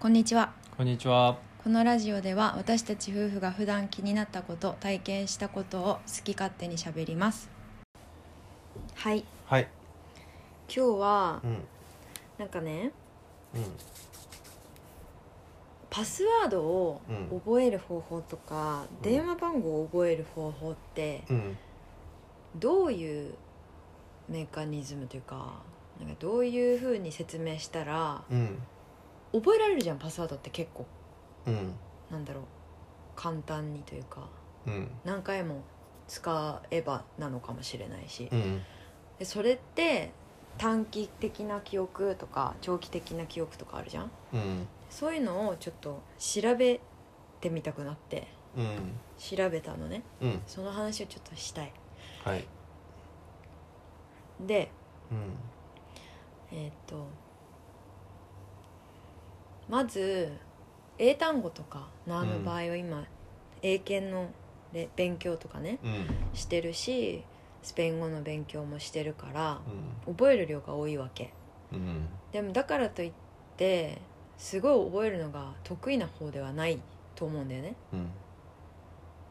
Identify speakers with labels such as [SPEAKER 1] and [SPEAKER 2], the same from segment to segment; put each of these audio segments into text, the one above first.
[SPEAKER 1] こんにちは
[SPEAKER 2] こんにちは。
[SPEAKER 1] このラジオでは私たち夫婦が普段気になったこと体験したことを好き勝手にしゃべりますはい
[SPEAKER 2] はい。
[SPEAKER 1] 今日は
[SPEAKER 2] うん。
[SPEAKER 1] なんかね
[SPEAKER 2] う
[SPEAKER 1] パスワードを
[SPEAKER 2] うん
[SPEAKER 1] 覚える方法とか、
[SPEAKER 2] うん
[SPEAKER 1] 電話番号を覚える方法って
[SPEAKER 2] ん。うん。
[SPEAKER 1] どういうメカニズムというかなんかどういうふうに説明したら
[SPEAKER 2] うん。
[SPEAKER 1] 覚えられるじゃんパスワードって結構
[SPEAKER 2] うん。
[SPEAKER 1] なんだろう簡単にというか
[SPEAKER 2] うん。
[SPEAKER 1] 何回も使えばなのかもしれないし、
[SPEAKER 2] うん。
[SPEAKER 1] でそれって短期的な記憶とか長期的な記憶とかあるじゃん
[SPEAKER 2] うん。
[SPEAKER 1] そういうのをちょっと調べてみたくなって
[SPEAKER 2] うん。
[SPEAKER 1] 調べたのね
[SPEAKER 2] うん。
[SPEAKER 1] その話をちょっとしたい
[SPEAKER 2] はい。
[SPEAKER 1] で
[SPEAKER 2] うん。
[SPEAKER 1] えーっとまず英単語とか習う場合は今、英検のれ勉強とかね
[SPEAKER 2] うん。
[SPEAKER 1] してるしスペイン語の勉強もしてるから
[SPEAKER 2] うん。
[SPEAKER 1] 覚える量が多いわけ
[SPEAKER 2] うん。
[SPEAKER 1] でもだからといってすごい覚えるのが得意な方ではないと思うんだよね
[SPEAKER 2] うん。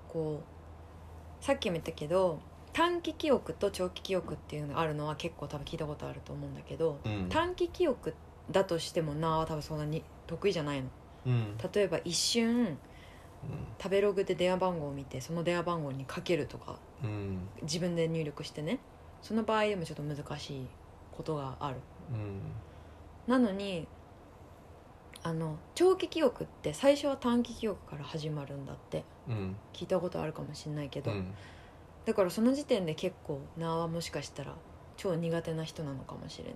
[SPEAKER 1] こうさっきも言ったけど短期記憶と長期記憶っていうのがあるのは結構多分聞いたことあると思うんだけど
[SPEAKER 2] うん。
[SPEAKER 1] 短期記憶だとしてもなあは多分そんなに得意じゃないの
[SPEAKER 2] うん。
[SPEAKER 1] 例えば一瞬食べログで電話番号を見てその電話番号にかけるとか
[SPEAKER 2] うん。
[SPEAKER 1] 自分で入力してねその場合でもちょっと難しいことがある
[SPEAKER 2] うん。
[SPEAKER 1] なのにあの長期記憶って最初は短期記憶から始まるんだって
[SPEAKER 2] うん。
[SPEAKER 1] 聞いたことあるかもしれないけ
[SPEAKER 2] う
[SPEAKER 1] ど、
[SPEAKER 2] ん。
[SPEAKER 1] だからその時点で結構なはもしかしたら超苦手な人なのかもしれない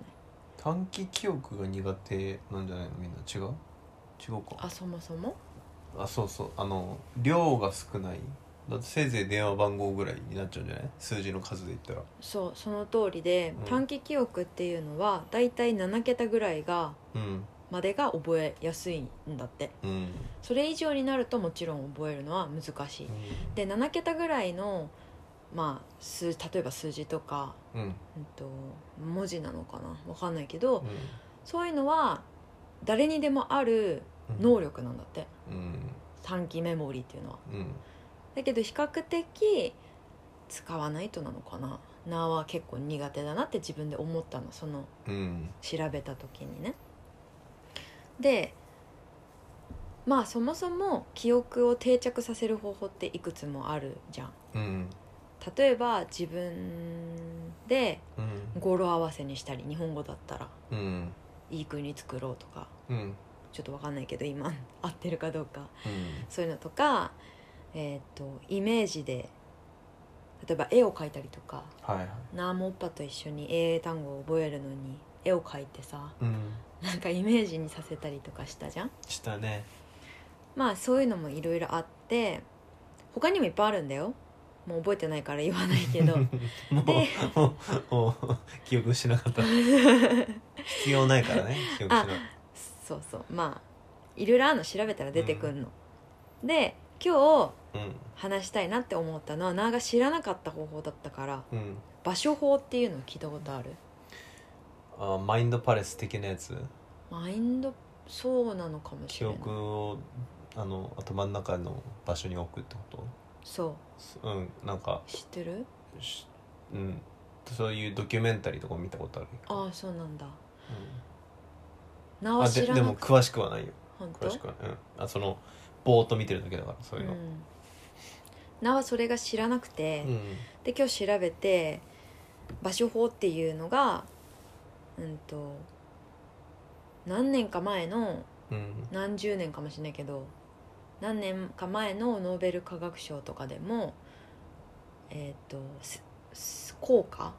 [SPEAKER 2] 短期記憶が苦手なんじゃないのみんな違う違うか
[SPEAKER 1] あそもそも
[SPEAKER 2] あそうそうあの量が少ないだってせいぜい電話番号ぐらいになっちゃうんじゃない数字の数で言ったら
[SPEAKER 1] そうその通りで、
[SPEAKER 2] うん
[SPEAKER 1] 短期記憶っていうのはだいたい7桁ぐらいが
[SPEAKER 2] うん
[SPEAKER 1] までが覚えやすいんだって
[SPEAKER 2] うん
[SPEAKER 1] それ以上になるともちろん覚えるのは難しいで7桁ぐらいのまあ数例えば数字とか、
[SPEAKER 2] うんうん
[SPEAKER 1] うん、と文字なのかなわかんないけど、そういうのは誰にでもある
[SPEAKER 2] うん
[SPEAKER 1] 能力なんだって
[SPEAKER 2] うん
[SPEAKER 1] 短期メモリーっていうのは
[SPEAKER 2] うん
[SPEAKER 1] だけど比較的使わないとなのかななは結構苦手だなって自分で思ったのその
[SPEAKER 2] うん
[SPEAKER 1] 調べた時にねでまあそもそも記憶を定着させる方法っていくつもあるじゃん
[SPEAKER 2] うん
[SPEAKER 1] 例えば自分で
[SPEAKER 2] うん
[SPEAKER 1] 語呂合わせにしたり日本語だったら
[SPEAKER 2] うん
[SPEAKER 1] いい国作ろうとか
[SPEAKER 2] うん
[SPEAKER 1] ちょっとわかんないけど今 合ってるかどうか
[SPEAKER 2] うん
[SPEAKER 1] そういうのとか、えー、とイメージで例えば絵を描いたりとか
[SPEAKER 2] はいはい
[SPEAKER 1] ナーモッパと一緒に英単語を覚えるのに絵を描いてさ
[SPEAKER 2] うん
[SPEAKER 1] なんかイメージにさせたりとかしたじゃん
[SPEAKER 2] したね
[SPEAKER 1] まあそういうのもいろいろあって他にもいっぱいあるんだよもう覚えてないから言わない けど
[SPEAKER 2] も
[SPEAKER 1] で
[SPEAKER 2] うもうもう記憶しなかった必要ないからね記憶しなかっ
[SPEAKER 1] そうそうまあいろいろあるの調べたら出てくんの、で今日
[SPEAKER 2] た
[SPEAKER 1] 話したいなって思ったのはなーが知らなかった方法だったから
[SPEAKER 2] うんうん
[SPEAKER 1] 場所法っていうのを聞いたことある
[SPEAKER 2] あマインドパレス的なやつ
[SPEAKER 1] マインドそうなのかもし
[SPEAKER 2] 記
[SPEAKER 1] れない
[SPEAKER 2] 憶をあの頭の中の場所に置くってこ
[SPEAKER 1] そ
[SPEAKER 2] とうんなんか
[SPEAKER 1] う知ってる
[SPEAKER 2] しうんそういうドキュメンタリーとか見たことある
[SPEAKER 1] ああそうなんだ
[SPEAKER 2] う
[SPEAKER 1] なんーは
[SPEAKER 2] あ
[SPEAKER 1] 知
[SPEAKER 2] で
[SPEAKER 1] ら
[SPEAKER 2] で
[SPEAKER 1] な
[SPEAKER 2] も
[SPEAKER 1] く
[SPEAKER 2] 詳しくはないよ
[SPEAKER 1] 本当
[SPEAKER 2] 詳しくはない、うん、あそのぼーっと見てるだけだからそう
[SPEAKER 1] う
[SPEAKER 2] いうんの、
[SPEAKER 1] なーはそれが知らなくて、
[SPEAKER 2] うん
[SPEAKER 1] で今日調べて場所法っていうのがうんと何年か前の
[SPEAKER 2] うん
[SPEAKER 1] 何十年かもしれないけど何年か前のノーベル化学賞とかでもえっ、とすす効果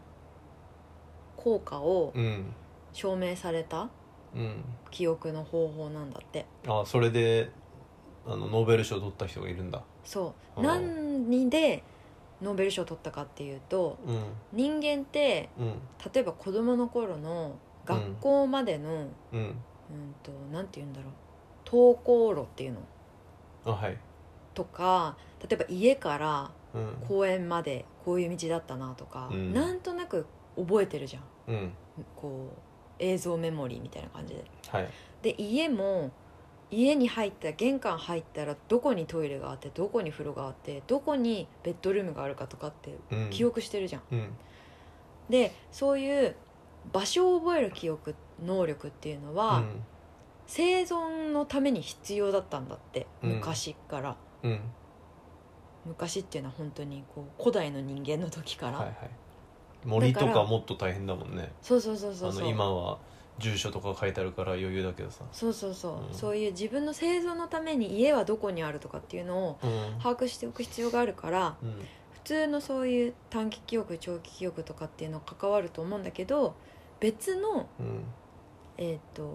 [SPEAKER 1] 効果を
[SPEAKER 2] うん
[SPEAKER 1] 証明された
[SPEAKER 2] うん
[SPEAKER 1] 記憶の方法なんだって
[SPEAKER 2] あそれであのノーベル賞取った人がいるんだ
[SPEAKER 1] そう
[SPEAKER 2] うん
[SPEAKER 1] 何でノーベル賞を取ったかっていうと
[SPEAKER 2] うん
[SPEAKER 1] 人間って
[SPEAKER 2] うん
[SPEAKER 1] 例えば子供の頃の学校までの、うん、
[SPEAKER 2] うん
[SPEAKER 1] となんて言うんだろう登校路っていうの
[SPEAKER 2] あはい
[SPEAKER 1] とか例えば家から
[SPEAKER 2] うん
[SPEAKER 1] 公園までこういう道だったなとか、
[SPEAKER 2] うん
[SPEAKER 1] なんとなく覚えてるじゃん
[SPEAKER 2] うん
[SPEAKER 1] こう映像メモリーみたいな感じで
[SPEAKER 2] はい
[SPEAKER 1] で家も家に入った玄関入ったらどこにトイレがあってどこに風呂があってどこにベッドルームがあるかとかって
[SPEAKER 2] うん
[SPEAKER 1] 記憶してるじゃん、
[SPEAKER 2] うん
[SPEAKER 1] でそういう場所を覚える記憶能力っていうのは、生存のために必要だったんだって
[SPEAKER 2] うん
[SPEAKER 1] 昔から、
[SPEAKER 2] うんうん
[SPEAKER 1] 昔っていうのは本当にこう古代の人間の時から、
[SPEAKER 2] はいはい森と
[SPEAKER 1] だ
[SPEAKER 2] か
[SPEAKER 1] から
[SPEAKER 2] もっと大変だもんね
[SPEAKER 1] そうそうそうそうそ
[SPEAKER 2] あ
[SPEAKER 1] う
[SPEAKER 2] の今は住所とか書いてあるから余裕だけどさ
[SPEAKER 1] そうそうそう、
[SPEAKER 2] うん
[SPEAKER 1] そういう自分の生存のために家はどこにあるとかっていうのを
[SPEAKER 2] うん
[SPEAKER 1] 把握しておく必要があるから
[SPEAKER 2] うん
[SPEAKER 1] 普通のそういう短期記憶長期記憶とかっていうの関わると思うんだけど別の
[SPEAKER 2] うん
[SPEAKER 1] えっ、と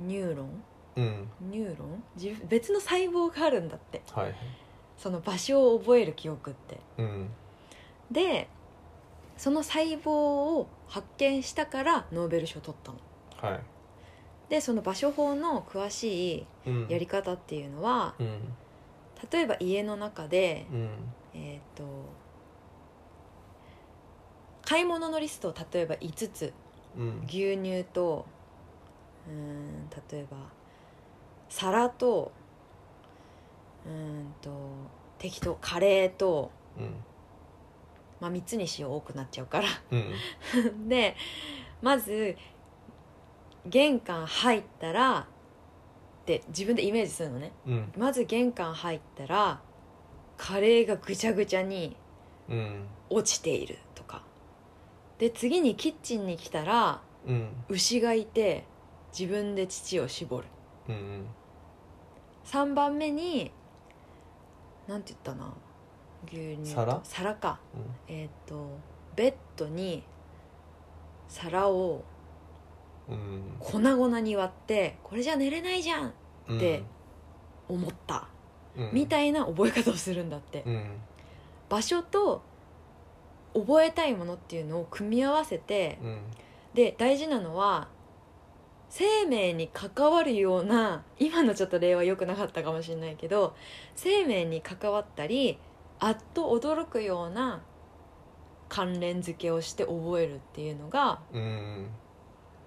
[SPEAKER 1] ニューロン
[SPEAKER 2] うん
[SPEAKER 1] ニューロン自分別の細胞があるんだって
[SPEAKER 2] はいはい
[SPEAKER 1] その場所を覚える記憶って
[SPEAKER 2] うん
[SPEAKER 1] でその細胞を発見したからノーベル賞を取ったの
[SPEAKER 2] は
[SPEAKER 1] でその場所法の詳しい
[SPEAKER 2] いうん
[SPEAKER 1] やり方っていうのは
[SPEAKER 2] うん
[SPEAKER 1] 例えば家の中で、
[SPEAKER 2] うん
[SPEAKER 1] えっ、と買い物のリストを例えば5つ
[SPEAKER 2] うん
[SPEAKER 1] 牛乳とうーん例えば皿とうーんと適当カレーと、
[SPEAKER 2] うん
[SPEAKER 1] まあ、3つにしよう多くなっちゃうから
[SPEAKER 2] うん
[SPEAKER 1] でまず玄関入ったらって自分でイメージするのね
[SPEAKER 2] うん
[SPEAKER 1] まず玄関入ったらカレーがぐちゃぐちゃに
[SPEAKER 2] うん
[SPEAKER 1] 落ちているとかで次にキッチンに来たら
[SPEAKER 2] うん
[SPEAKER 1] 牛がいて自分で乳を絞る
[SPEAKER 2] うん
[SPEAKER 1] 3番目になんて言ったな牛乳と
[SPEAKER 2] 皿
[SPEAKER 1] 皿か
[SPEAKER 2] うん
[SPEAKER 1] えっ、とベッドに皿を
[SPEAKER 2] うん
[SPEAKER 1] 粉々に割ってこれじゃ寝れないじゃんって
[SPEAKER 2] うん
[SPEAKER 1] で思った
[SPEAKER 2] うん
[SPEAKER 1] みたいな覚え方をするんだって
[SPEAKER 2] うん
[SPEAKER 1] 場所と覚えたいものっていうのを組み合わせて
[SPEAKER 2] うん
[SPEAKER 1] で大事なのは生命に関わるような 今のちょっと例は良くなかったかもしれないけど生命に関わったりあっと驚くような関連付けをして覚えるっていうのが
[SPEAKER 2] うん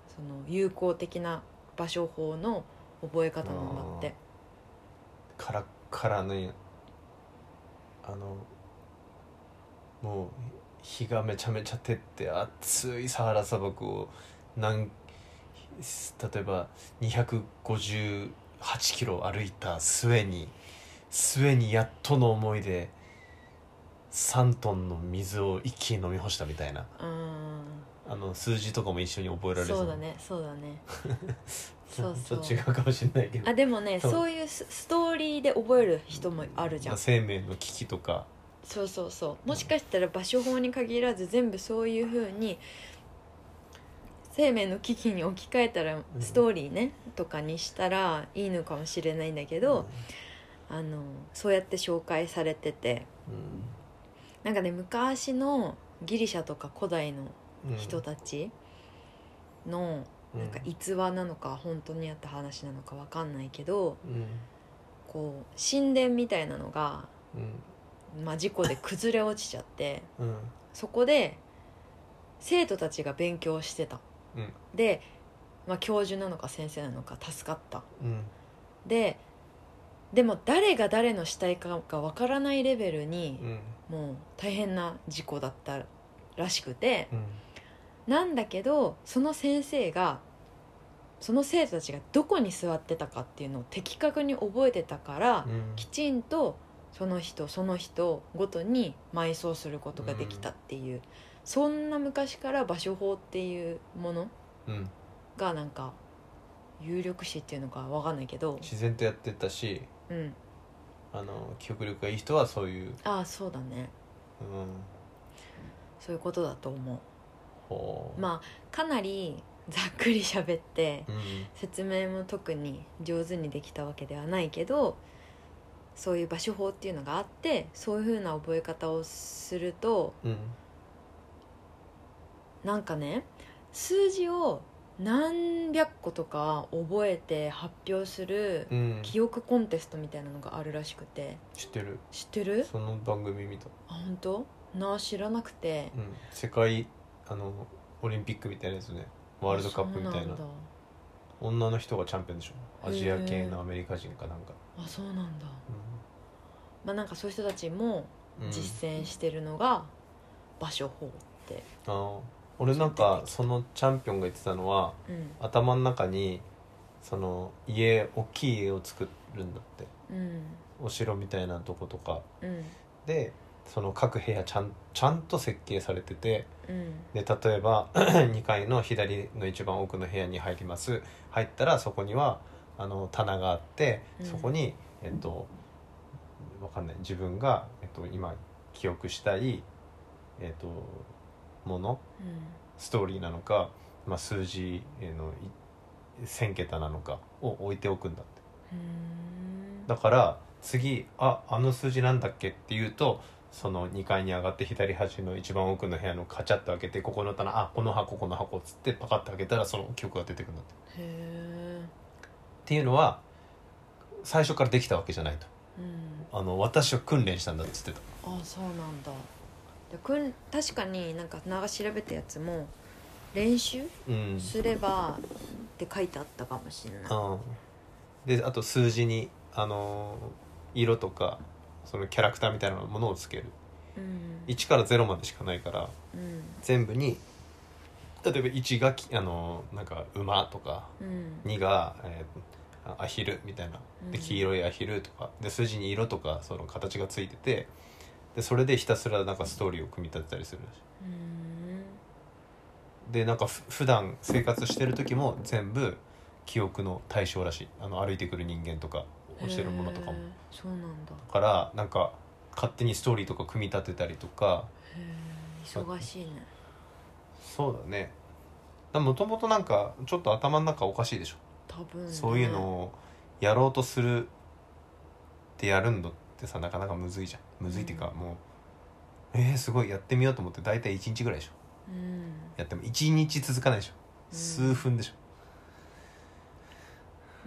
[SPEAKER 1] その有効的な場所法の覚え方なんだって
[SPEAKER 2] カラッカラねあのもう日がめちゃめちゃ照って暑いサハラ砂漠を何例えば258キロ歩いた末に末にやっとの思いで3トンの水を一気に飲み干したみたいな
[SPEAKER 1] うん
[SPEAKER 2] あの数字とかも一緒に覚えられ
[SPEAKER 1] そうだ ねそうだねそう
[SPEAKER 2] ち
[SPEAKER 1] そ
[SPEAKER 2] ょ
[SPEAKER 1] う
[SPEAKER 2] っと違うかもしれないけど
[SPEAKER 1] あでもね
[SPEAKER 2] そう
[SPEAKER 1] そういうスストーリーで覚える人もあるじゃん
[SPEAKER 2] 生命の危機とか
[SPEAKER 1] そうそうそうもしかしたら場所法に限らず全部そういうふうに生命の危機に置き換えたら
[SPEAKER 2] うん
[SPEAKER 1] ストーリーね、とかにしたらいいのかもしれないんだけど、あのそうやって紹介されてて
[SPEAKER 2] う
[SPEAKER 1] なんかね昔のギリシャとか古代の
[SPEAKER 2] んうん
[SPEAKER 1] 人たちのなんか逸話なのか本当にあった話なのかわかんないけど
[SPEAKER 2] う
[SPEAKER 1] こう神殿みたいなのが、
[SPEAKER 2] んうん
[SPEAKER 1] まあ、事故で崩れ落ちちゃって。
[SPEAKER 2] うん
[SPEAKER 1] そこで生徒たちが勉強してた、
[SPEAKER 2] うん
[SPEAKER 1] で、まあ、教授なのか先生なのか助かった
[SPEAKER 2] うん
[SPEAKER 1] ででも誰が誰の死体かがわからないレベルに
[SPEAKER 2] う、ん
[SPEAKER 1] もう大変な事故だったらしくて
[SPEAKER 2] うん
[SPEAKER 1] なんだけどその先生がその生徒たちがどこに座ってたかっていうのを的確に覚えてたから、
[SPEAKER 2] うん
[SPEAKER 1] きちんとその人その人ごとに埋葬することができたっていう、そんな昔から場所法っていうもの
[SPEAKER 2] うん
[SPEAKER 1] がなんか有力視っていうのかわかんないけど、
[SPEAKER 2] 自然とやってったし
[SPEAKER 1] うん、
[SPEAKER 2] あの記憶力がいい人はそういう、
[SPEAKER 1] ああそうだね
[SPEAKER 2] うん、
[SPEAKER 1] そういうことだと思
[SPEAKER 2] ほ
[SPEAKER 1] う
[SPEAKER 2] あ
[SPEAKER 1] まあかなりざっくり喋って
[SPEAKER 2] うん
[SPEAKER 1] 説明も特に上手にできたわけではないけどそういう場所法っていうのがあってそういうふうな覚え方をすると
[SPEAKER 2] うん
[SPEAKER 1] なんかね数字を何百個とか覚えて発表する
[SPEAKER 2] うん
[SPEAKER 1] 記憶コンテストみたいなのがあるらしくて
[SPEAKER 2] 知ってる
[SPEAKER 1] 知ってる
[SPEAKER 2] その番組見た、
[SPEAKER 1] あ本当なあ知らなくて
[SPEAKER 2] うん、世界あのオリンピックみたいなやつねワールドカップみたい
[SPEAKER 1] そう
[SPEAKER 2] なん
[SPEAKER 1] だ
[SPEAKER 2] 女の人がチャンピオンでしょアジア系のアメリカ人かなんか、
[SPEAKER 1] あそうなんだ
[SPEAKER 2] う
[SPEAKER 1] まあなんかそういう人たちも
[SPEAKER 2] んうん
[SPEAKER 1] 実践してるのが場所法って
[SPEAKER 2] あー俺なんかそのチャンピオンが言ってたのは
[SPEAKER 1] うん
[SPEAKER 2] 頭の中にその家大きい家を作るんだって
[SPEAKER 1] うん
[SPEAKER 2] お城みたいなとことか
[SPEAKER 1] うん
[SPEAKER 2] でその各部屋ちゃんちゃんと設計されてて
[SPEAKER 1] うん
[SPEAKER 2] で例えば 2階の左の一番奥の部屋に入ります入ったらそこにはあの棚があって
[SPEAKER 1] うん
[SPEAKER 2] そこに、えっとわかんない自分が、えっと、今記憶したい、えっと、ものストーリーなのか、まあ、数字の1,000桁なのかを置いておくんだって
[SPEAKER 1] うん
[SPEAKER 2] だから次ああの数字なんだっけっていうとその2階に上がって左端の一番奥の部屋のカチャッと開けてここの棚あこの箱この箱っつってパカッと開けたらその曲が出てくるんだってっ
[SPEAKER 1] へえ
[SPEAKER 2] ていうのは最初からできたわけじゃないと
[SPEAKER 1] うん
[SPEAKER 2] あの私は訓練したんだっつってた
[SPEAKER 1] あそうなんだでくん確かになんか長調べたやつも練習
[SPEAKER 2] うん
[SPEAKER 1] すればって書いてあったかもしれない
[SPEAKER 2] うん、であと数字にあのー色とかそのキャラクターみたいなものをつける
[SPEAKER 1] うん
[SPEAKER 2] 1から0までしかないから
[SPEAKER 1] うん
[SPEAKER 2] 全部に例えば1がきあのーなんか馬とか
[SPEAKER 1] うん
[SPEAKER 2] 2が、えーあアヒルみたいなで
[SPEAKER 1] うん
[SPEAKER 2] 黄色いアヒルとかで数字に色とかその形がついててでそれでひたすらなんかストーリーを組み立てたりするらしい
[SPEAKER 1] うん
[SPEAKER 2] でなんかふ普段生活してる時も全部記憶の対象らしいあの歩いてくる人間とか落ちてるものとかも
[SPEAKER 1] へえそうなんだ
[SPEAKER 2] だからなんか勝手にストーリーとか組み立てたりとか
[SPEAKER 1] へえ忙しいね
[SPEAKER 2] そうだねもともとなんかちょっと頭の中おかしいでしょ、
[SPEAKER 1] 多分ね
[SPEAKER 2] そういうのをやろうとするってやるのってさなかなかむずいじゃんむずいっていうか、もうえー、すごいやってみようと思って大体1日ぐらいでしょ
[SPEAKER 1] うん
[SPEAKER 2] やっても1日続かないでしょ
[SPEAKER 1] うん
[SPEAKER 2] 数分でしょ、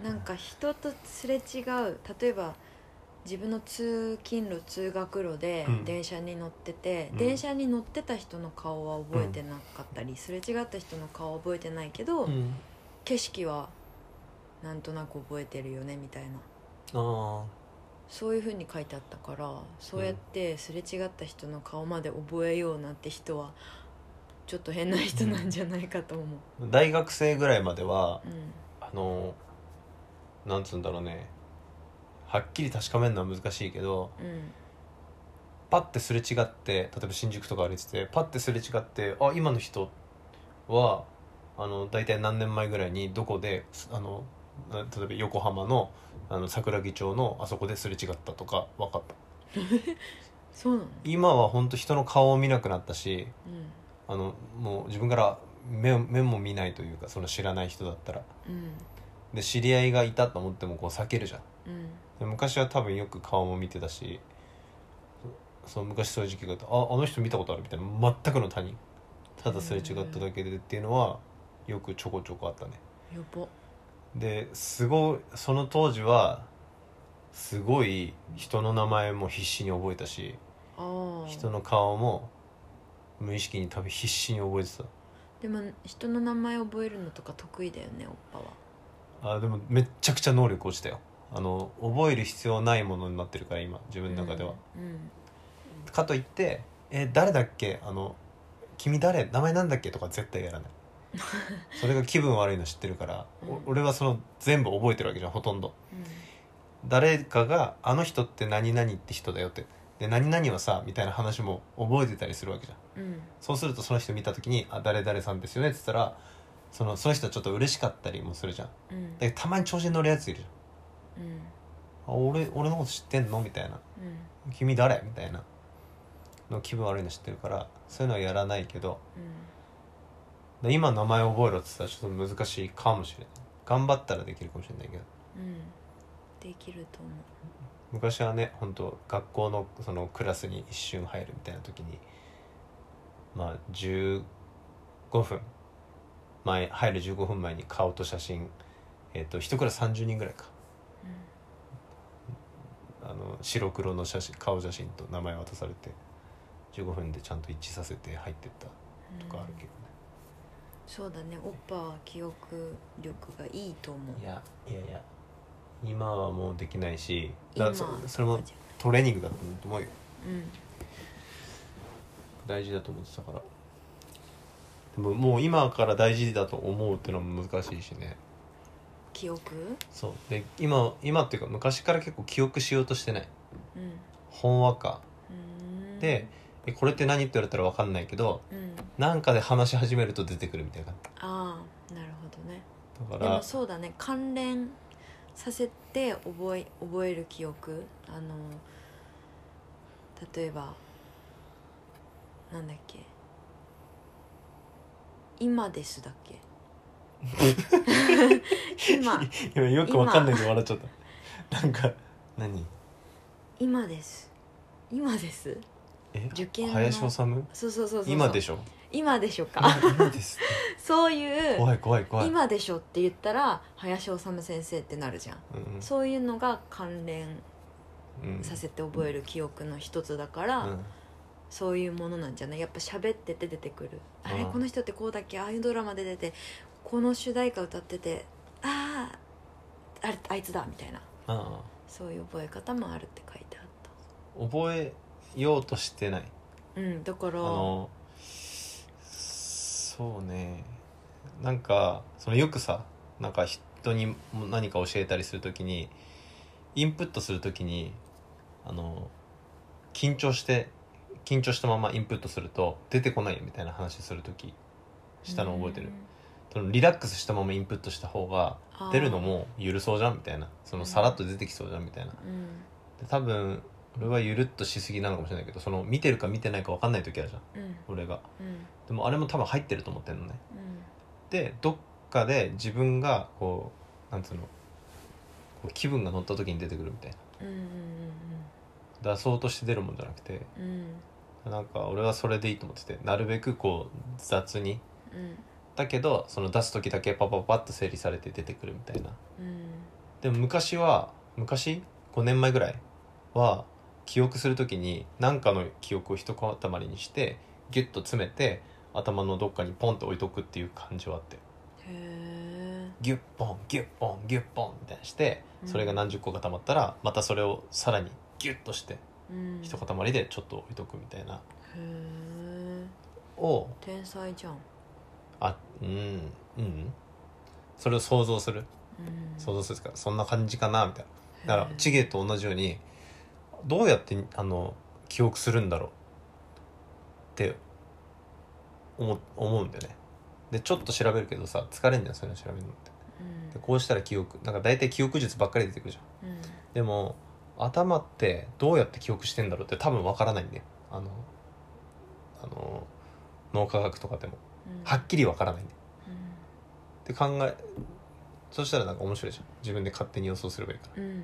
[SPEAKER 1] なんか人とすれ違う例えば自分の通勤路通学路で
[SPEAKER 2] うん
[SPEAKER 1] 電車に乗ってて、
[SPEAKER 2] うん
[SPEAKER 1] 電車に乗ってた人の顔は覚えてなかったり、すれ違った人の顔は覚えてないけど、
[SPEAKER 2] うん、
[SPEAKER 1] 景色はなんとなく覚えてるよねみたいな
[SPEAKER 2] ああ
[SPEAKER 1] そういうふうに書いてあったからそうやってすれ違った人の顔まで覚えようなんて人はちょっと変な人なんじゃないかと思う。
[SPEAKER 2] 大学生ぐらいまでは
[SPEAKER 1] うん
[SPEAKER 2] あのなんつうんだろうねはっきり確かめるのは難しいけど
[SPEAKER 1] うん
[SPEAKER 2] パッてすれ違って例えば新宿とか歩いててパッてすれ違ってあ今の人はあの大体何年前ぐらいにどこですあのな例えば横浜のあの桜木町のあそこですれ違ったとか分かった
[SPEAKER 1] そうなの、
[SPEAKER 2] 今は本当人の顔を見なくなったし
[SPEAKER 1] うん
[SPEAKER 2] あのもう自分から目を目も見ないというかその知らない人だったら
[SPEAKER 1] うん
[SPEAKER 2] で知り合いがいたと思ってもこう避けるじゃん
[SPEAKER 1] うん
[SPEAKER 2] で昔は多分よく顔も見てたしそそう昔そういう時期があったああの人見たことあるみたいな全くの他人ただすれ違っただけでっていうのはよくちょこちょこあったね
[SPEAKER 1] やば
[SPEAKER 2] ですごいその当時はすごい人の名前も必死に覚えたし
[SPEAKER 1] ああ
[SPEAKER 2] 人の顔も無意識に多分必死に覚えてた
[SPEAKER 1] でも人の名前覚えるのとか得意だよねおっぱは
[SPEAKER 2] あでもめっちゃくちゃ能力落ちたよあの覚える必要ないものになってるから今自分の中では、
[SPEAKER 1] うん
[SPEAKER 2] かといって「え誰だっけあの君誰名前なんだっけ?」とか絶対やらない それが気分悪いの知ってるから、お
[SPEAKER 1] うん
[SPEAKER 2] 俺はその全部覚えてるわけじゃんほとんど
[SPEAKER 1] うん
[SPEAKER 2] 誰かが「あの人って何々って人だよ」って「で何々はさ」みたいな話も覚えてたりするわけじゃん
[SPEAKER 1] うん
[SPEAKER 2] そうするとその人見た時に「あ誰々さんですよね」って言ったらそのその人はちょっと嬉しかったりもするじゃんだ
[SPEAKER 1] うん
[SPEAKER 2] けどたまに調子に乗るやついる
[SPEAKER 1] う
[SPEAKER 2] じ
[SPEAKER 1] ん
[SPEAKER 2] ゃん「あ俺俺のこと知ってんの?」みたいな
[SPEAKER 1] うん
[SPEAKER 2] 「君誰?」みたいなの気分悪いの知ってるからそういうのはやらないけどで今名前覚えろって言ったらちょっと難しいかもしれない頑張ったらできるかもしれないけど
[SPEAKER 1] うんうんできると思
[SPEAKER 2] 昔はね本当学校のそのクラスに一瞬入るみたいな時にまあ15分前入る15分前に顔と写真えっ、と一クラス30人ぐらいか
[SPEAKER 1] う
[SPEAKER 2] あの白黒の写真顔写真と名前渡されて15分でちゃんと一致させて入ってった
[SPEAKER 1] うん
[SPEAKER 2] とかあるけどね、
[SPEAKER 1] そうだねオッパは記憶力がいいと思う
[SPEAKER 2] いやいやいや今はもうできないしだ
[SPEAKER 1] 今
[SPEAKER 2] からそそれもトレーニングだと思うよ
[SPEAKER 1] うん
[SPEAKER 2] 大事だと思ってたからでももう今から大事だと思うっていうのも難しいしね
[SPEAKER 1] 記憶
[SPEAKER 2] そうで今今っていうか昔から結構記憶しようとしてない
[SPEAKER 1] うん
[SPEAKER 2] ほんわか
[SPEAKER 1] うーん
[SPEAKER 2] で、えこれって何って言われたら分かんないけど
[SPEAKER 1] うん、
[SPEAKER 2] なんかで話し始めると出てくるみたいな
[SPEAKER 1] ああなるほどね
[SPEAKER 2] だか
[SPEAKER 1] でも
[SPEAKER 2] ら
[SPEAKER 1] そうだね関連させて覚え覚える記憶あの例えばなんだっけ今ですだっ け今
[SPEAKER 2] 今よく分かんないんで笑っちゃったなんか何
[SPEAKER 1] 今です今です
[SPEAKER 2] え
[SPEAKER 1] 受験の
[SPEAKER 2] 林修
[SPEAKER 1] そうそうそうそう
[SPEAKER 2] 今で
[SPEAKER 1] ょ
[SPEAKER 2] し ょ
[SPEAKER 1] 今でしょか
[SPEAKER 2] 今です
[SPEAKER 1] そういう
[SPEAKER 2] 怖い怖い怖い、
[SPEAKER 1] 今でしょって言ったら林修先生ってなるじゃん
[SPEAKER 2] うん
[SPEAKER 1] そういうのが関連
[SPEAKER 2] うん
[SPEAKER 1] させて覚える記憶の一つだから、
[SPEAKER 2] うん
[SPEAKER 1] そういうものなんじゃないやっぱ喋ってて出てくるあれ
[SPEAKER 2] あー
[SPEAKER 1] この人ってこうだっけああいうドラマで出てこの主題歌歌っててあああれあいつだみたいな
[SPEAKER 2] あ
[SPEAKER 1] そういう覚え方もあるって書いてあっ
[SPEAKER 2] あ覚えようとしてない
[SPEAKER 1] たうんだから
[SPEAKER 2] あのそうねなんかそのよくさなんか人にも何か教えたりするときにインプットするときにあの緊張して緊張したままインプットすると出てこないみたいな話するときしたの覚えてる
[SPEAKER 1] うん
[SPEAKER 2] そのリラックスしたままインプットした方が
[SPEAKER 1] あー
[SPEAKER 2] 出るのもゆるそうじゃんみたいなそのさらっと出てきそうじゃんみたいな
[SPEAKER 1] うん
[SPEAKER 2] で多分俺はゆるっとしすぎなのかもしれないけどその見てるか見てないか分かんない時あるじゃん
[SPEAKER 1] うん
[SPEAKER 2] 俺が
[SPEAKER 1] うん
[SPEAKER 2] でもあれも多分入ってると思ってんのね
[SPEAKER 1] うん
[SPEAKER 2] でどっかで自分がこうなんつうのこう気分が乗った時に出てくるみたい
[SPEAKER 1] うんうん
[SPEAKER 2] な出そうとして出るもんじゃなくて
[SPEAKER 1] うんうん
[SPEAKER 2] なんか俺はそれでいいと思っててなるべくこう雑に
[SPEAKER 1] うん
[SPEAKER 2] だけどその出す時だけパパパッと整理されて出てくるみたいな
[SPEAKER 1] うん
[SPEAKER 2] でも昔は昔5年前ぐらいは記憶するときに何かの記憶を一塊にしてギュッと詰めて頭のどっかにポンと置いとくっていう感じはあって
[SPEAKER 1] へえ
[SPEAKER 2] ギュッポンギュッポンギュッポンみたいにしてそれが何十個か溜まったらまたそれをさらにギュッとして
[SPEAKER 1] うん
[SPEAKER 2] 一塊でちょっと置いとくみたいな
[SPEAKER 1] へえ
[SPEAKER 2] を
[SPEAKER 1] 天才じゃん、
[SPEAKER 2] あうんうんそれを想像する
[SPEAKER 1] うん、
[SPEAKER 2] 想像するですかそんな感じかなみたいなだから
[SPEAKER 1] へえ
[SPEAKER 2] チゲと同じようにどうやってあの記憶するんだろうって思思うんだよねでちょっと調べるけどさ疲れんじゃんそういうの調べるのって
[SPEAKER 1] うん
[SPEAKER 2] でこうしたら記憶なんか大体記憶術ばっかり出てくるじゃん
[SPEAKER 1] うん
[SPEAKER 2] でも頭ってどうやって記憶してんだろうって多分わからないんだよあのあの脳科学とかでも
[SPEAKER 1] うん
[SPEAKER 2] はっきりわからないんだよ
[SPEAKER 1] う
[SPEAKER 2] で考えそしたらなんか面白いじゃん自分で勝手に予想すればいいから
[SPEAKER 1] んうん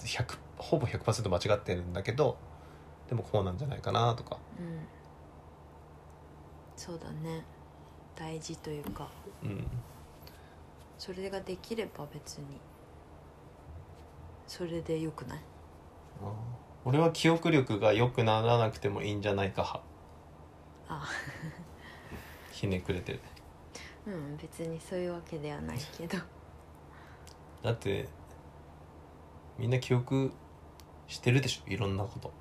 [SPEAKER 2] 100ほぼ100%間違ってるんだけどでもこうなんじゃないかなとか
[SPEAKER 1] うんうんそうだね大事というか
[SPEAKER 2] うん
[SPEAKER 1] それができれば別にそれでよくない
[SPEAKER 2] 俺は記憶力が良くならなくてもいいんじゃないか派
[SPEAKER 1] あ
[SPEAKER 2] ひねくれてる
[SPEAKER 1] うん別にそういうわけではないけど
[SPEAKER 2] だってみんな記憶してるでしょいろんなこと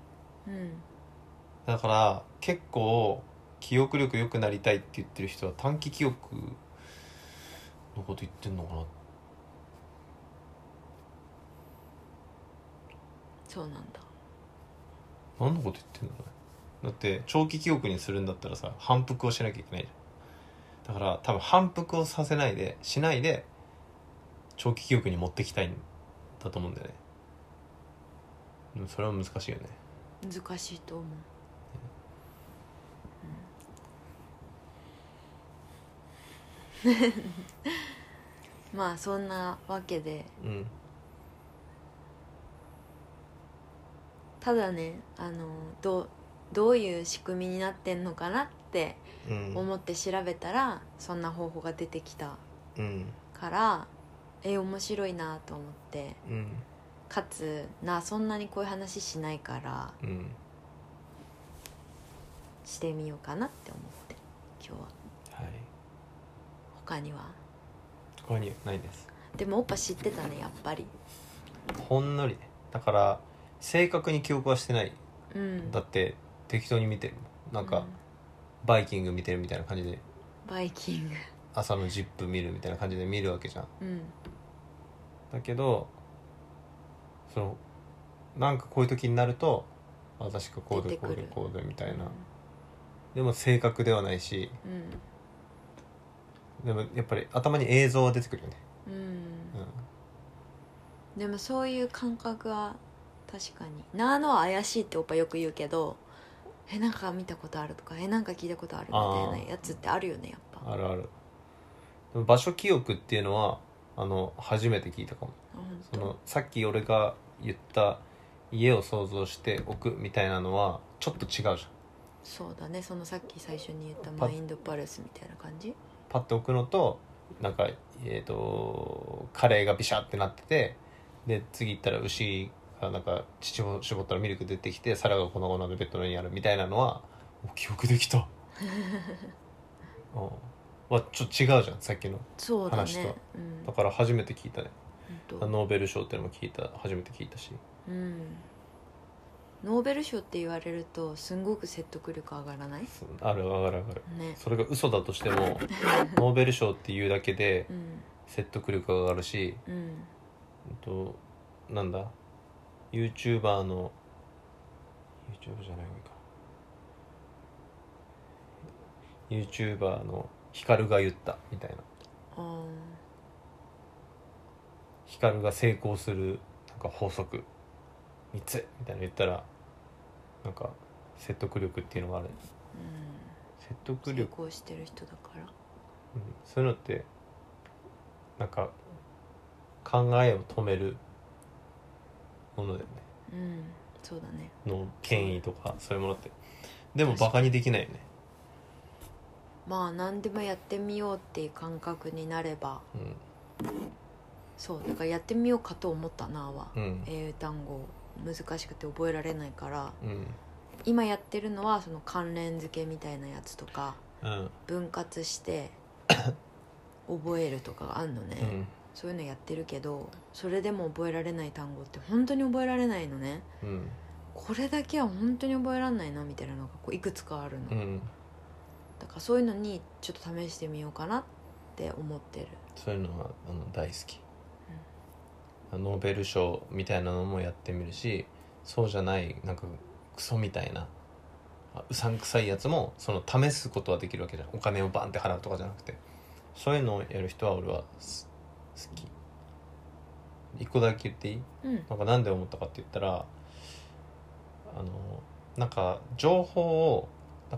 [SPEAKER 1] うん
[SPEAKER 2] だから結構記憶力良くなりたいって言ってる人は短期記憶のこと言ってんのかな
[SPEAKER 1] そうなんだ
[SPEAKER 2] 何のこと言ってんだろうねだって長期記憶にするんだったらさ反復をしなきゃいけないじゃんだから多分反復をさせないでしないで長期記憶に持ってきたいんだと思うんだよねでもそれは難しいよね
[SPEAKER 1] 難しいと思う うんまあそんなわけで
[SPEAKER 2] うん
[SPEAKER 1] ただねあのどうどういう仕組みになってんのかなって
[SPEAKER 2] うん
[SPEAKER 1] 思って調べたら、そんな方法が出てきた
[SPEAKER 2] うん
[SPEAKER 1] からえ面白いなと思って
[SPEAKER 2] うん
[SPEAKER 1] かつなそんなにこういう話しないから
[SPEAKER 2] うん
[SPEAKER 1] してみようかなって思って今日は
[SPEAKER 2] はい
[SPEAKER 1] 他には
[SPEAKER 2] 他にないです
[SPEAKER 1] でもおっぱ知ってたねやっぱり
[SPEAKER 2] ほんのりねだから正確に記憶はしてない
[SPEAKER 1] うん
[SPEAKER 2] だって適当に見てるなん
[SPEAKER 1] う
[SPEAKER 2] かバイキング見てるみたいな感じで
[SPEAKER 1] バイキング
[SPEAKER 2] 朝のジップ見るみたいな感じで見るわけじゃん
[SPEAKER 1] うん
[SPEAKER 2] だけどそのなんかこういう時になるとあ確かこう
[SPEAKER 1] 出
[SPEAKER 2] で
[SPEAKER 1] て
[SPEAKER 2] こ
[SPEAKER 1] く
[SPEAKER 2] う
[SPEAKER 1] る
[SPEAKER 2] でこうでみたいなでも正確ではないし
[SPEAKER 1] う
[SPEAKER 2] でもやっぱり頭に映像は出てくるよね、
[SPEAKER 1] ん、うん
[SPEAKER 2] う
[SPEAKER 1] でもそういう感覚は確かに「なあのは怪しい」っておっぱよく言うけど「えなんか見たことある」とか「えなんか聞いたことある」みたいなやつってあるよねやっぱ
[SPEAKER 2] ん、
[SPEAKER 1] あ
[SPEAKER 2] あるあるでも場所記憶っていうのはあの初めて聞いたかも
[SPEAKER 1] 本当
[SPEAKER 2] そのさっき俺が言った家を想像しておくみたいなのはちょっと違うじゃん
[SPEAKER 1] そうだねそのさっき最初に言った
[SPEAKER 2] パ
[SPEAKER 1] マインドパルスみたいな感じ
[SPEAKER 2] パッと置くのとなんかえっ、とカレーがビシャってなっててで次行ったら牛がなんか乳を絞ったらミルク出てきて皿が粉々でベッドの上にあるみたいなのはお記憶できたうんはちょっと違うじゃんさっきの
[SPEAKER 1] そうだ
[SPEAKER 2] 話
[SPEAKER 1] ね
[SPEAKER 2] と
[SPEAKER 1] うん
[SPEAKER 2] だから初めて聞いたね
[SPEAKER 1] 本当
[SPEAKER 2] ノーベル賞ってのも聞いた初めて聞いたし
[SPEAKER 1] うんノーベル賞って言われるとすんごく説得力上がらない
[SPEAKER 2] そうある上がる上がる
[SPEAKER 1] ね
[SPEAKER 2] それが嘘だとしてもノーベル賞っていうだけで
[SPEAKER 1] うん
[SPEAKER 2] 説得力が上がるし
[SPEAKER 1] うん
[SPEAKER 2] えっとなんだ YouTuber の YouTube じゃない方がいいか YouTuber のヒカルが言ったみたいな
[SPEAKER 1] あー
[SPEAKER 2] ヒカルが成功するなんか法則3つみたいなの言ったらなんか説得力っていうのがある
[SPEAKER 1] うん
[SPEAKER 2] 説得
[SPEAKER 1] 成
[SPEAKER 2] 力、
[SPEAKER 1] 功してる人だから
[SPEAKER 2] うん、そういうのってなんか考えを止めるものだよね
[SPEAKER 1] うんそうだね
[SPEAKER 2] の権威とかそういうものってでもバカにできないよね、
[SPEAKER 1] まあ何でもやってみようっていう感覚になればそうだからやってみようかと思ったなは、
[SPEAKER 2] うんうん
[SPEAKER 1] 英英単語難しくて覚えられないから
[SPEAKER 2] うん
[SPEAKER 1] 今やってるのはその関連付けみたいなやつとか
[SPEAKER 2] うん
[SPEAKER 1] 分割して 覚えるとかがあんのね、
[SPEAKER 2] うん
[SPEAKER 1] そういうのやってるけどそれでも覚えられない単語って本当に覚えられないのね
[SPEAKER 2] うん
[SPEAKER 1] これだけは本当に覚えられないなみたいなのがこういくつかあるの、
[SPEAKER 2] うん
[SPEAKER 1] だからそういうのにちょっと試してみようかなって思ってる
[SPEAKER 2] そういうのはあの大好き、ノーベル賞みたいなのもやってみるしそうじゃないなんかクソみたいなあうさんくさいやつもその試すことはできるわけじゃんお金をバンって払うとかじゃなくてそういうのをやる人は俺はす好き一個だけ言っていい
[SPEAKER 1] うん
[SPEAKER 2] なんかなんで思ったかって言ったらあのなんか情報を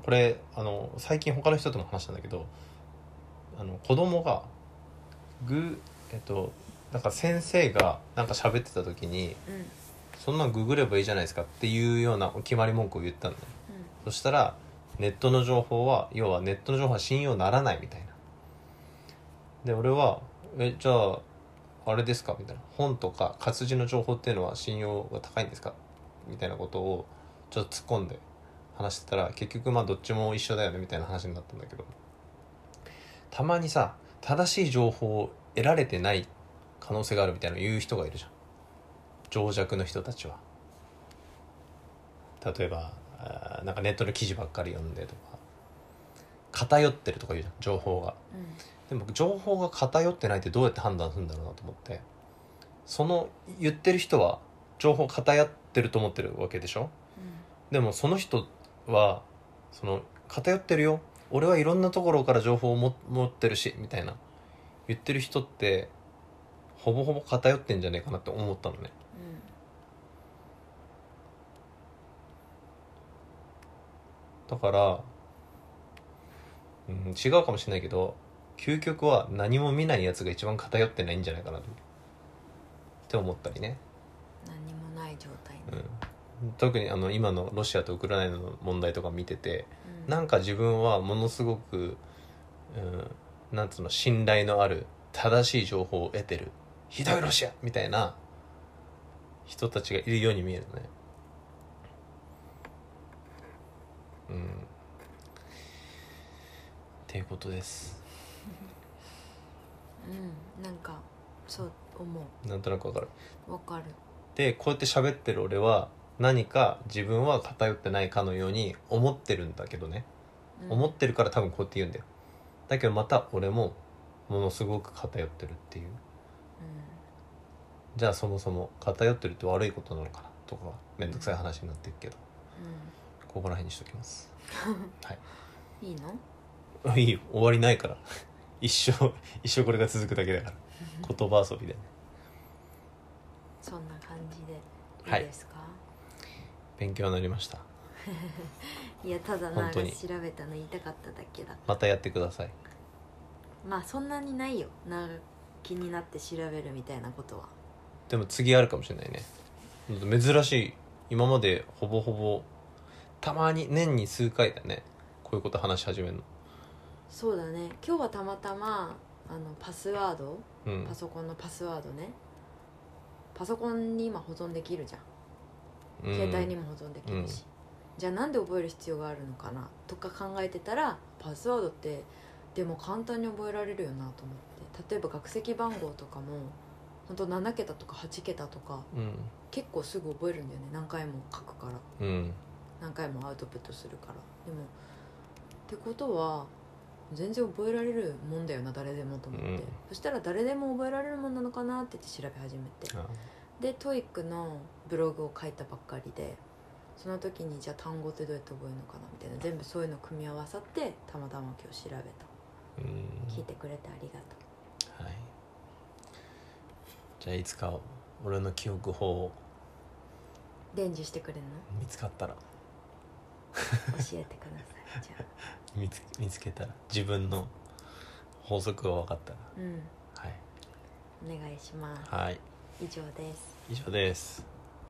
[SPEAKER 2] これあの最近他の人とも話したんだけどあの子供がグえっとなんか先生がなんか喋ってた時に
[SPEAKER 1] うん
[SPEAKER 2] そんなんググればいいじゃないですかっていうようなお決まり文句を言ったんだよ
[SPEAKER 1] うん
[SPEAKER 2] そしたらネットの情報は要はネットの情報は信用ならないみたいなで俺は「えじゃああれですか?」みたいな「本とか活字の情報っていうのは信用が高いんですか?」みたいなことをちょっと突っ込んで話してたら結局まあどっちも一緒だよねみたいな話になったんだけどたまにさ正しい情報を得られてない可能性があるみたいなの言う人がいるじゃん情弱の人たちは。例えばあーなんかネットの記事ばっかり読んでとか偏ってるとか言うじゃん情報が
[SPEAKER 1] うん
[SPEAKER 2] でも情報が偏ってないってどうやって判断するんだろうなと思ってその言ってる人は情報偏ってると思ってるわけでしょでもその人はその偏ってるよ俺はいろんなところから情報をも持ってるしみたいな言ってる人ってほぼほぼ偏ってんじゃねえかなって思ったのねだから、うん、違うかもしれないけど究極は何も見ないやつが一番偏ってないんじゃないかなとって思ったりね、
[SPEAKER 1] 何もない状態ね
[SPEAKER 2] うん、特にあの今のロシアとウクライナの問題とか見てて
[SPEAKER 1] うん
[SPEAKER 2] なんか自分はものすごく、うん、なんつうの信頼のある正しい情報を得てるひどいロシアみたいな人たちがいるように見えるねうんっていうことです
[SPEAKER 1] うんなんかそう思
[SPEAKER 2] なんとなくわかる
[SPEAKER 1] うわかる
[SPEAKER 2] でこうやって喋ってる俺は何か自分は偏ってないかのように思ってるんだけどね、
[SPEAKER 1] うん
[SPEAKER 2] 思ってるから多分こうやって言うんだよだけどまた俺もものすごく偏ってるっていう
[SPEAKER 1] う
[SPEAKER 2] じゃあそもそも偏ってるって悪いことなのかなとかめんどくさい話になってるけど
[SPEAKER 1] ん
[SPEAKER 2] ここら辺にしときます はい
[SPEAKER 1] うんいいの
[SPEAKER 2] いいよ終わりないから 一生一生これが続くだけだから言葉遊びで
[SPEAKER 1] そんな感じで
[SPEAKER 2] はい
[SPEAKER 1] い
[SPEAKER 2] い
[SPEAKER 1] ですか、
[SPEAKER 2] 勉強になりました
[SPEAKER 1] い、やただな
[SPEAKER 2] 本当に
[SPEAKER 1] 調べたの言いたかっただけだ
[SPEAKER 2] またやってください
[SPEAKER 1] まあそんなにないよな気になって調べるみたいなことは
[SPEAKER 2] でも次あるかもしれないね珍しい今までほぼほぼたまに年に数回だねこういうこと話し始めるの
[SPEAKER 1] そうだね今日はたまたまあのパスワード
[SPEAKER 2] うん
[SPEAKER 1] パソコンのパスワードねパソコンに今保存できるじゃん
[SPEAKER 2] うん
[SPEAKER 1] 携帯にも保存できるし、じゃあなんで覚える必要があるのかなとか考えてたらパスワードってでも簡単に覚えられるよなと思って例えば学籍番号とかもほんと7桁とか8桁とか
[SPEAKER 2] うん
[SPEAKER 1] 結構すぐ覚えるんだよね何回も書くから
[SPEAKER 2] うん
[SPEAKER 1] 何回もアウトプットするからでもってことは全然覚えられるもんだよな誰でもと思って、
[SPEAKER 2] うん
[SPEAKER 1] そしたら誰でも覚えられるもんなのかなって言って調べ始めて
[SPEAKER 2] あ
[SPEAKER 1] で TOEIC のブログを書いたばっかりでその時にじゃあ単語ってどうやって覚えるのかなみたいな全部そういうの組み合わさってたまたま今日調べた
[SPEAKER 2] うん
[SPEAKER 1] 聞いてくれてありがと
[SPEAKER 2] はいじゃあいつか俺の記憶法
[SPEAKER 1] う伝授してくれるの
[SPEAKER 2] 見つかったら
[SPEAKER 1] 教えてくださいじゃあ
[SPEAKER 2] 見つ見つけたら自分の法則が分かったら
[SPEAKER 1] うん
[SPEAKER 2] はい
[SPEAKER 1] お願いします
[SPEAKER 2] はい
[SPEAKER 1] 以上です
[SPEAKER 2] 以上です